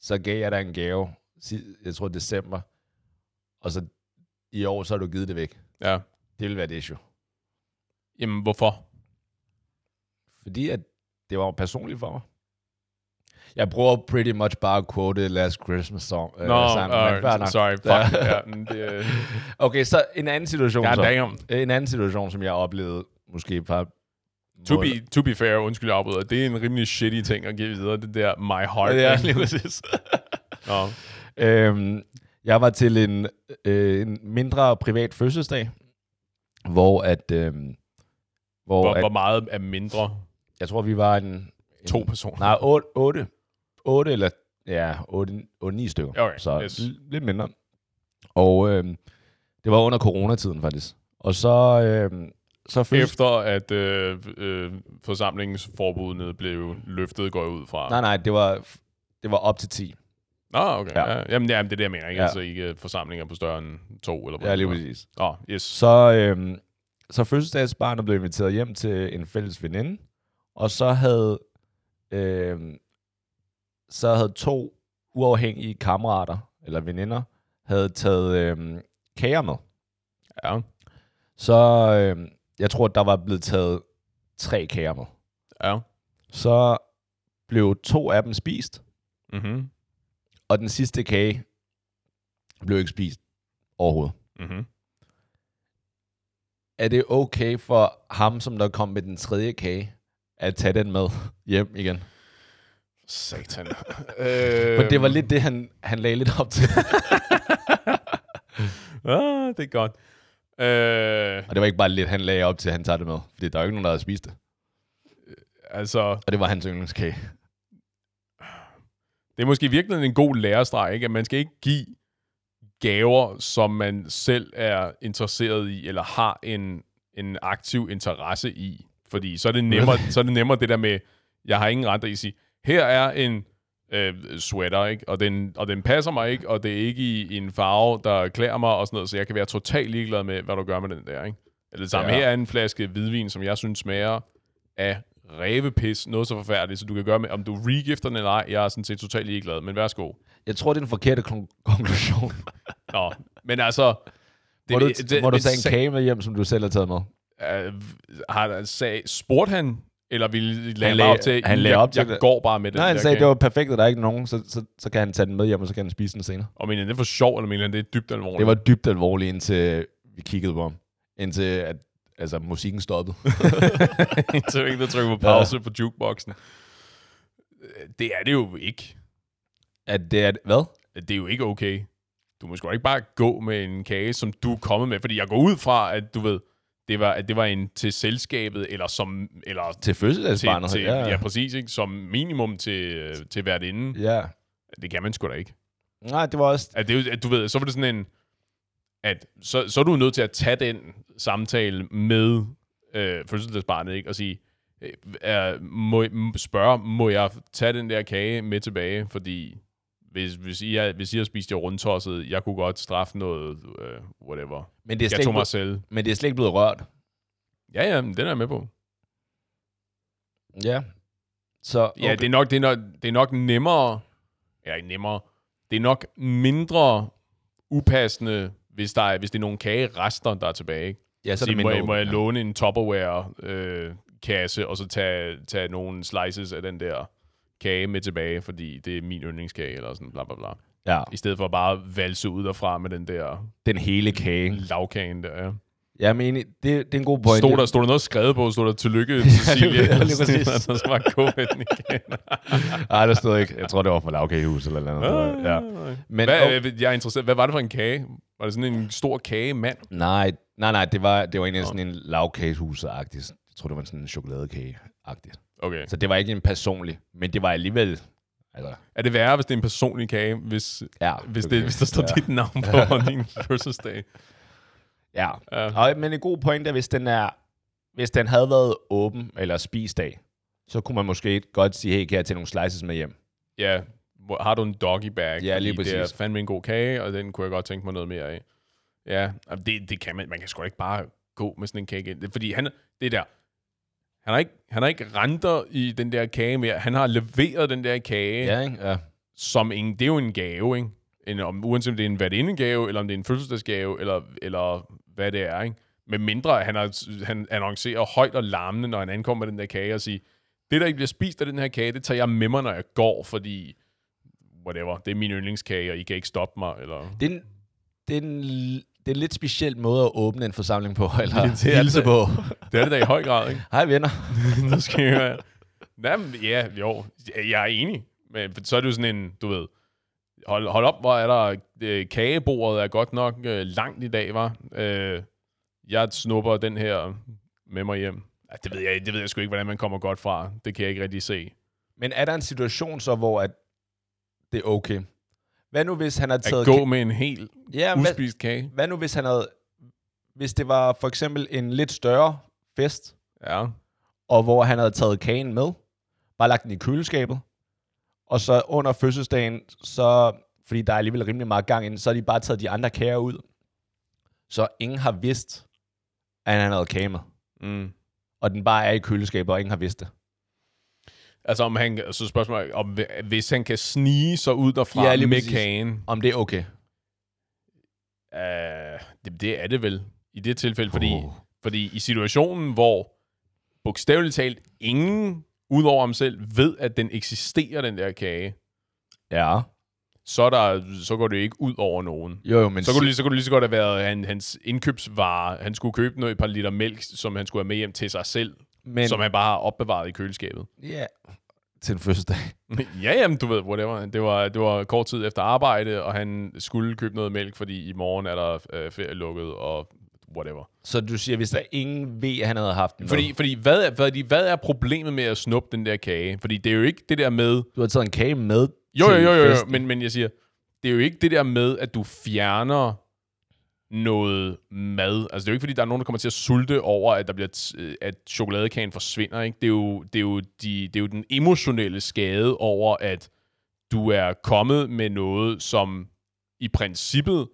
så gav jeg dig en gave, si- jeg tror december, og så i år, så har du givet det væk.
Ja.
Det vil være et issue.
Jamen, hvorfor?
Fordi at det var jo personligt for mig. Jeg bruger pretty much bare at quote Last Christmas song. øh, sang, men
alright,
fair nok.
sorry, fuck. Ja. men det,
*laughs*
øh,
Okay, så en anden situation.
God
Så.
damn.
En anden situation, som jeg oplevede måske et par...
To be, to be fair, undskyld, jeg afbryder. Det er en rimelig shitty ting at give videre, det der my heart.
Ja,
ikke?
lige *laughs* præcis.
Nå.
Øhm, jeg var til en, øh, en mindre privat fødselsdag, hvor at... Øhm, hvor,
Hvor,
at
hvor meget er mindre?
jeg tror, vi var en... en
To personer.
Nej, otte, otte, otte eller ja, otte, otte, ni stykker.
Okay,
så
yes.
l- lidt mindre. Og øhm, det var under coronatiden faktisk. Og så, øhm, så fødsels-
Efter at øh, øh, forsamlingsforbuddene blev løftet, går jeg ud fra.
Nej, nej, det var, det var op til 10.
Nå, okay. Ja.
Ja.
Ja. Jamen, ja, men det er det, jeg mener. Ikke? Ja.
Ja.
Altså ikke forsamlinger på større end to. Eller hvad
Ja,
det
lige
var.
præcis.
Nå, yes.
Så, øhm, så fødselsdagsbarnet blev inviteret hjem til en fælles veninde, og så havde, øhm, så havde to uafhængige kammerater, eller veninder, havde taget øhm, kager med.
Ja.
Så øhm, jeg tror, der var blevet taget tre kager med.
ja.
Så blev to af dem spist,
Mm-hmm.
og den sidste kage blev ikke spist overhovedet.
Mm-hmm.
er det okay for ham, som der kom med den tredje kage, at tage den med hjem igen?
Satan. Øh,
For det var lidt det, han, han lagde lidt op til. *laughs*
ah, det er godt. Øh,
Og det var ikke bare lidt, han lagde op til, at han tager det med. Fordi der er jo ikke nogen, der havde spist det.
altså,
Og det var hans yndlingskage.
det er måske i virkeligheden en god lærestreg, ikke? at man skal ikke give gaver, som man selv er interesseret i, eller har en, en aktiv interesse i. Fordi så er, det nemmere, så er det nemmere det der med, jeg har ingen ret i at sige, her er en øh, sweater, ikke? Og, den, og den passer mig ikke, og det er ikke i, i en farve, der klæder mig og sådan noget, så jeg kan være totalt ligeglad med, hvad du gør med den der. Ikke? Eller det samme, ja.
Ja.
her er en flaske hvidvin, som jeg synes smager af rævepis, noget så forfærdeligt, så du kan gøre med, om du regifter den eller ej, jeg er sådan set totalt ligeglad, men værsgo.
Jeg tror, det er den forkerte kon- *laughs* konklusion.
Nå, men altså...
Hvor du, hvor du
men
tager en
sag-
kage med hjem, som du selv har taget med.
Øh, har der sag, spurgte han, eller ville lade han
lagde-
op til,
han lagde
jeg,
op til
jeg
det.
går bare med den
Nej, han
der
sagde,
kage?
det var perfekt, og der er ikke nogen. Så, så, så kan han tage den med hjem, og så kan han spise den senere.
Og mener han det for sjov, eller mener han det er dybt alvorligt?
Det var dybt alvorligt, indtil vi kiggede på ham. Indtil at, altså, musikken stoppede.
*laughs* så ikke der trykker på pause på jukeboxen. Øh, Det er det jo ikke.
*laughs* at det er, hvad?
Det er jo ikke okay. Du må sgu da ikke bare gå med en kage, som du er kommet med. Fordi jeg går ud fra, at du ved, det var, at det var en til selskabet, eller som, eller
Til
til,
fødselsdagsbarnet.
til ja. ja, præcis, ikke? som minimum til, øh, til værtinden.
ja.
Det kan man sgu da ikke.
Nej, det var også
At det, er jo- at du ved, så var det sådan en, at så, så er du nødt til at tage den samtale med øh, fødselsdagsbarnet, ikke? Og sige, øh, er, må, m- spørge, må jeg tage den der kage med tilbage? Fordi hvis, hvis, I, har, hvis I har spist jer rundtosset, jeg kunne godt straffe noget, øh, whatever.
Men det, er slet
Jeg
ikke
tog mig
blevet,
selv.
men det er slet ikke blevet rørt.
Ja, ja, men den er jeg med på.
Ja. Så okay.
Ja, okay. det, er nok, det, er nok, det er nok nemmere, ja ikke nemmere, det er nok mindre upassende, hvis, der er, hvis det er nogle kagerester, der er tilbage. Ikke?
ja, så er det
Sige, må,
mindre
jeg, må jeg
åbent, ja.
låne en Tupperware-kasse, øh, og så tage, tage nogle slices af den der kage med tilbage, fordi det er min yndlingskage, eller sådan bla bla bla.
ja,
I stedet for bare at valse ud derfra med den der
den hele kage.
lavkagen der, ja.
Jeg mener, det, det er en god point.
Stod der, stod der noget skrevet på, stod der
*laughs*
tillykke Cecilie,
lige
eller *laughs*
præcis.
sådan noget, der var god med den igen.
Nej, der stod ikke. Jeg tror, det var fra lavkagehus eller *laughs* noget. Ja. Men,
Hvad,
okay.
øh, jeg er interesseret, hvad var det for en kage? Var det sådan en stor kagemand?
Nej, nej, nej, det var, det var egentlig sådan en lavkagehus-agtig. Jeg tror, det var sådan en chokoladekage-agtig.
Okay.
Så det var ikke en personlig, men det var alligevel... Altså,
Er det værre, hvis det er en personlig kage, hvis,
ja,
hvis,
okay.
det, hvis der står
ja.
dit navn på
*laughs*
og din fødselsdag?
Ja,
Ja.
Og, men en god point er, hvis den, er, hvis den havde været åben eller spist af, så kunne man måske godt sige, hey, kan jeg tage nogle slices med hjem?
ja, hvor- har du en doggy bag?
Ja, lige
Fordi Det
præcis.
er fandme en god kage, og den kunne jeg godt tænke mig noget mere af. Ja, jamen, det, det kan man. Man kan sgu da ikke bare gå med sådan en kage. ind. Det er Fordi han, det der, han har, ikke, han har ikke renter i den der kage mere. Han har leveret den der kage,
Ja, ikke? Ja.
som en, det er jo en gave, ikke? En, om, uanset om det er en værtindegave, eller om det er en fødselsdagsgave, eller, eller hvad det er, ikke? Med mindre han, har, han annoncerer højt og larmende, når han ankommer med den der kage, og siger, det der ikke bliver spist af den her kage, det tager jeg med mig, når jeg går, fordi whatever, det er min yndlingskage, og I kan ikke stoppe mig, eller...
Det, er en, det, er en, l- det er en lidt speciel måde at åbne en forsamling på, *laughs* eller
Det er
hilse
det.
på.
Det er det da i høj grad, ikke?
Hej venner. *laughs*
så skal jeg være... Jamen, ja, jo, jeg er enig. Men for så er det jo sådan en, du ved, hold, hold op, hvor er der, øh, kagebordet er godt nok øh, langt i dag, var. Øh, jeg snupper den her med mig hjem. Ja, det, ved jeg, det ved jeg sgu ikke, hvordan man kommer godt fra. Det kan jeg ikke rigtig se.
Men er der en situation så, hvor at det er okay? Hvad nu, hvis han har
At
taget...
gå med en helt
ja, hvad,
uspist kage.
hvad nu, hvis han havde... Hvis det var for eksempel en lidt større fest,
Ja.
og hvor han havde taget kagen med, bare lagt den i køleskabet, og så under fødselsdagen, så, fordi der er alligevel rimelig meget gang inden, så har de bare taget de andre kager ud, så ingen har vidst, at han havde kage med,
Mm.
og den bare er i køleskabet, og ingen har vidst det.
Altså, om han, så spørgsmålet, er, om, hvis han kan snige sig ud derfra
Ja,
ja,
lige
med
præcis.
kagen.
Om det er okay.
Uh, det, det er det vel i det tilfælde, fordi,
Uh.
fordi i situationen, hvor bogstaveligt talt ingen udover ham selv ved, at den eksisterer, den der kage,
Ja.
så, er der, så går det ikke ud over nogen.
Jo, jo, men
Så kunne, det lige, så kunne det lige så godt have været han, hans indkøbsvare. Han skulle købe noget, et par liter mælk, som han skulle have med hjem til sig selv,
men,
som han bare har opbevaret i køleskabet.
ja, til en fødselsdag.
ja, jamen, du ved, whatever. Det var, det var kort tid efter arbejde, og han skulle købe noget mælk, fordi i morgen er der øh, ferie lukket, og whatever.
Så du siger, hvis der ingen ved, at han havde haft den
Fordi,
med.
fordi hvad, er, hvad, er de- hvad er problemet med at snuppe den der kage? Fordi det er jo ikke det der med...
Du har taget en kage med
Jo, jo,
til
jo, jo, jo
festen.
men, men jeg siger, det er jo ikke det der med, at du fjerner noget mad. Altså, det er jo ikke, fordi der er nogen, der kommer til at sulte over, at, der bliver t- øh, at chokoladekagen forsvinder. Ikke? Det, er jo, det, er jo de, det er jo den emotionelle skade over, at du er kommet med noget, som i princippet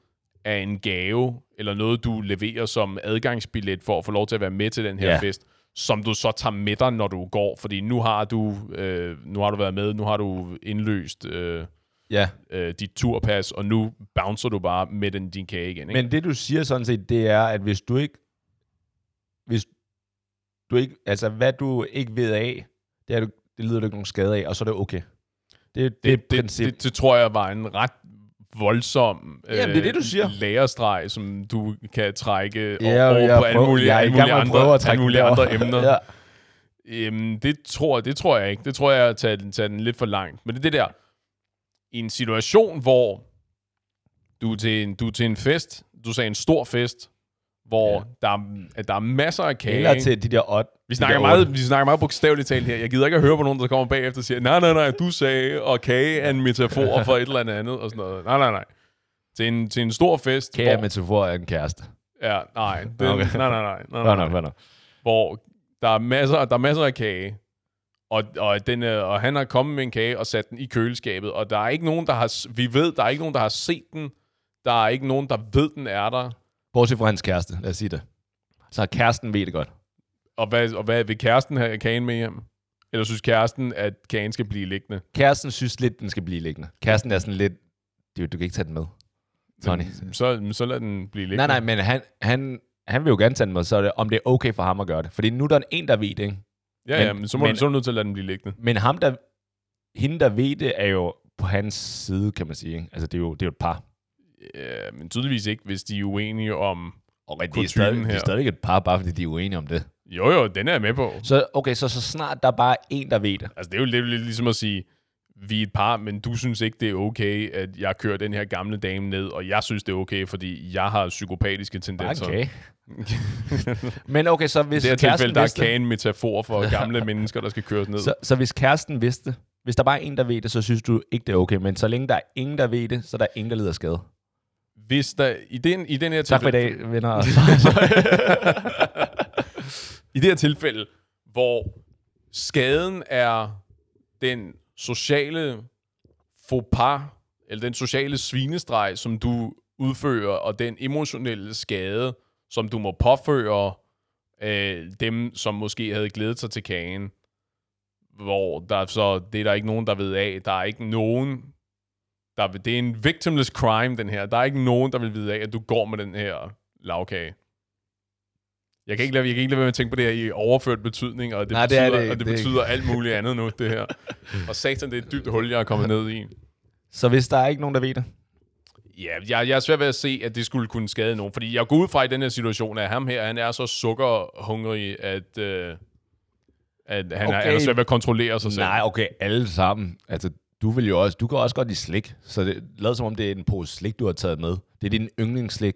er en gave, eller noget, du leverer som adgangsbillet for at få lov til at være med til den her
Ja.
ja. fest, som du så tager med dig, når du går. Fordi nu har du, øh, nu har du været med, nu har du indløst øh,
Ja.
øh, dit turpas, og nu bouncer du bare med den, din kage igen. Ikke?
Men det, du siger sådan set, det er, at hvis du ikke... Hvis du ikke... Altså, hvad du ikke ved af, det, er, du, det lider du ikke nogen skade af, og så er det okay. Det, det, det er et
det, det,
princip.
det, det tror jeg var en ret voldsom øh,
Jamen, det er det, du siger.
lærestreg, som du kan trække
Ja,
ja, over
jeg
på alle
prøver-
mulige,
jeg er i
alle
gang
mulige,
med at prøve
andre,
at trække
alle mulige
den
andre
derover.
emner.
Ja.
Jamen, Øhm, det tror, det tror jeg ikke. Det tror jeg er at tage den, tage den lidt for langt. Men det er det der, i en situation, hvor du er til en, du er til en fest, du sagde en stor fest, hvor ja. der, er- at der er masser af kage.
Eller
ikke?
til de der otte.
Vi snakker, meget, vi snakker meget bogstaveligt talt her. Jeg gider ikke at høre på nogen, der kommer bagefter og siger, nej, nej, nej, du sagde, og kage er en metafor for et eller andet andet, og sådan noget. Nej, nej, nej. Til en, til en stor fest.
Kære
hvor-
metafor af en kæreste.
Ja, nej, den,
Okay.
okay. nej, nej, nej, nej,
Nå,
nej,
nå,
nej.
nå, nå.
Hvor der er masser, der er masser af kage, og, og, den, øh, og han har kommet med en kage og sat den i køleskabet, og der er ikke nogen, der har... s- Vi ved, der er ikke nogen, der har set den. Der er ikke nogen, der ved, den er der.
Bortset fra hans kæreste, lad os sige det. Så kæresten ved det godt.
Og hvad, og hvad vil kæresten have kagen med hjem? Eller synes kæresten, at kagen skal blive liggende?
Kæresten synes lidt, den skal blive liggende. Kæresten er sådan lidt, du, du kan ikke tage den med. Tony.
Men Så, så lad den blive liggende.
Nej, nej, men han, han, han vil jo gerne tage den med, så er det, om det er okay for ham at gøre det. Fordi nu er der en, der ved det, ikke?
Ja,
men-
ja, men så må
men-
du så er du nødt til at lade den blive liggende.
Men ham, der, hende, der ved det, er jo på hans side, kan man sige. Ikke? Altså, det er jo, det er jo et par.
Ja, men tydeligvis ikke, hvis de er uenige om...
Og det er,
Kutymen
stadig, det
her.
er stadig et par, bare fordi de er uenige om det.
Jo, jo, den er jeg med på.
Så, okay, så, så snart der er bare en, der ved det.
Altså, det er jo lidt, lidt ligesom at sige, vi er et par, men du synes ikke, det er okay, at jeg kører den her gamle dame ned, og jeg synes, det er okay, fordi jeg har psykopatiske tendenser.
Ah, Okay. *laughs* Men okay, så hvis
I det her
kæresten
tilfælde, der er
vidste,
kagen
*laughs*
metafor for gamle mennesker, der skal køres ned.
så, så hvis kæresten vidste, hvis der bare er en, der ved det, så synes du ikke, det er okay. Men så længe der er ingen, der ved det, så er der ingen, der lider skade.
Hvis der, i, den, i den her
Tak for i
tilfælde,
dag, venner.
*laughs* I det her tilfælde, hvor skaden er den sociale faux pas, eller den sociale svinestreg, som du udfører, og den emotionelle skade, som du må påføre øh, dem, som måske havde glædet sig til kagen, hvor der er så, det er der ikke nogen, der ved af. Der er ikke nogen, der vil, det er en victimless crime, den her. Der er ikke nogen, der vil vide af, at du går med den her lavkage. Jeg kan ikke lade, jeg kan ikke lade være med at tænke på det her i overført betydning, og det,
Nej, det er
betyder,
det-
og det
det er ikke.
betyder alt muligt andet nu, det
*laughs*
her. Og satan, det er et dybt hul, jeg er kommet ned i.
så hvis der er ikke nogen, der ved det,
Ja, jeg, jeg er svært ved at se, at det skulle kunne skade nogen. Fordi jeg går ud fra i den her situation, at ham her, han er så sukkerhungrig, at, øh, at han, okay. er, han er
Okay.
svært ved at kontrollere sig selv.
Nej, okay, alle sammen. Altså, du vil jo også, du kan også godt lide slik, så det, lad som om det er en pose slik, du har taget med. Det er din yndlingsslik,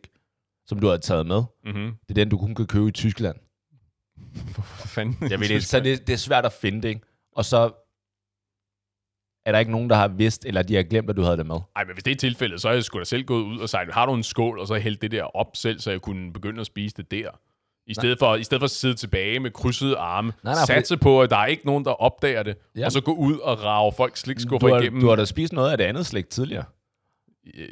som du har taget med.
Mm-hmm.
Det er den, du kun kan købe i Tyskland.
Fanden.
Jeg ved det, så det, det er svært at finde det, ikke? Og så er der ikke nogen, der har vidst, eller de har glemt, at du havde det med.
Ej, men hvis det er tilfældet, så er jeg sgu da selv gået ud og sagt, har du en skål, og så hældt det der op selv, så jeg kunne begynde at spise det der. I stedet, for, I stedet for at sidde tilbage med krydsede arme, nej,
Nej,
nej,
nej,
satse på, at der er ikke nogen, der opdager det, ja.
Ja.
og så gå ud og rave folks
Du
slikskuffer
har,
igennem.
du har da spist noget af det andet slik tidligere.
Øh,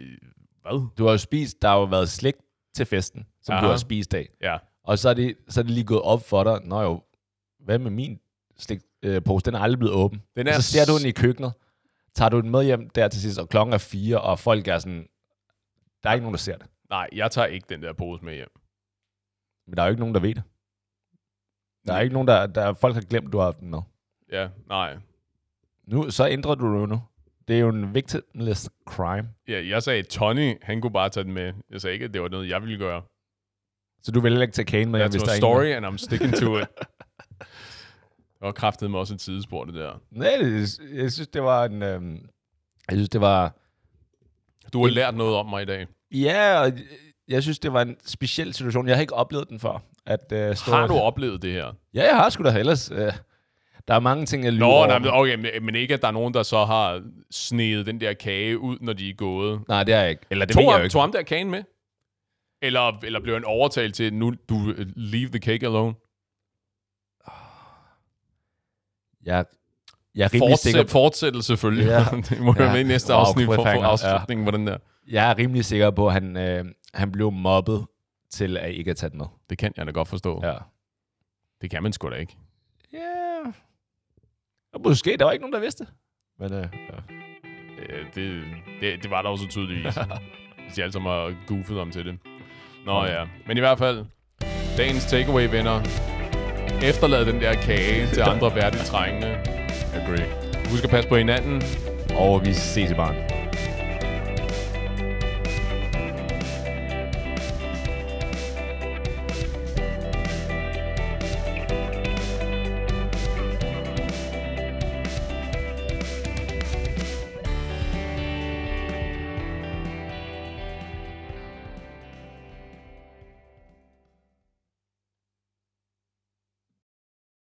Hvad?
Du har jo spist, der har jo været slik til festen, som
Aha.
du har spist af.
Ja.
Og så er, det, så er det lige gået op for dig, nå jo, hvad med min slikpose? Øh, pose? den er aldrig blevet åben.
Den
Den er
er
og så Altså, ser
s-
du den i køkkenet, tager du den med hjem der til sidst, og klokken er fire, og folk er sådan, der er ikke nogen, der ser det.
Nej, jeg tager ikke den der pose med hjem.
Men der er jo ikke nogen, der ved det. Der er ikke nogen, der, der folk har glemt, du har haft den med.
Ja, nej.
Nu, så ændrer du det jo nu. Det er jo en victimless crime.
Ja, jeg sagde, Tony, han kunne bare tage den med. Jeg sagde ikke, at det var noget, jeg ville gøre.
Så du vil heller ikke tage kagen med, hjem,
That's
hvis der
my
er ingen,
story, and I'm sticking to it. Og kraftede mig også et sidespor, det der.
Nej, det- jeg synes, det var en... Øhm, jeg synes, det var...
Du har lært noget om mig i dag.
Ja, og jeg synes, det var en speciel situation. Jeg har ikke oplevet den før. At, øh, stå
Har du oplevet det her?
Ja, jeg har sgu da ellers. Øh, der er mange ting, jeg lyver
Nå,
over.
nej, men- okay, men- men ikke, at der er nogen, der så har sneget den der kage ud, når de er gået.
nej, det har jeg ikke. Eller det
Tog
ved jeg
ham,
jo ikke.
tog ham der kagen med? Eller, eller blev han overtalt til, nu du øh, leave the cake alone?
Jeg, jeg, er rimelig sikker,
Fortsæt, fortsættelse selvfølgelig.
Ja.
*laughs* det må være
Ja.
med i næste
Wow,
afsnit for at få
cliffhanger, ja.
afslutningen på den der.
jeg er rimelig sikker på, at han, øh, han blev mobbet til at ikke at tage den med.
Det kan jeg da godt forstå.
Ja.
Det kan man sgu da ikke.
Ja. Og måske, der var ikke nogen, der vidste. Men øh, ja.
Øh, Det, det, det var der også tydeligvis. Hvis de alle sammen har goofet om til det. Nå ja, men i hvert fald, dagens takeaway, venner. Efterlad den der kage til andre værdigt trængende.
Agree.
Husk at passe på hinanden.
Og vi ses i barn.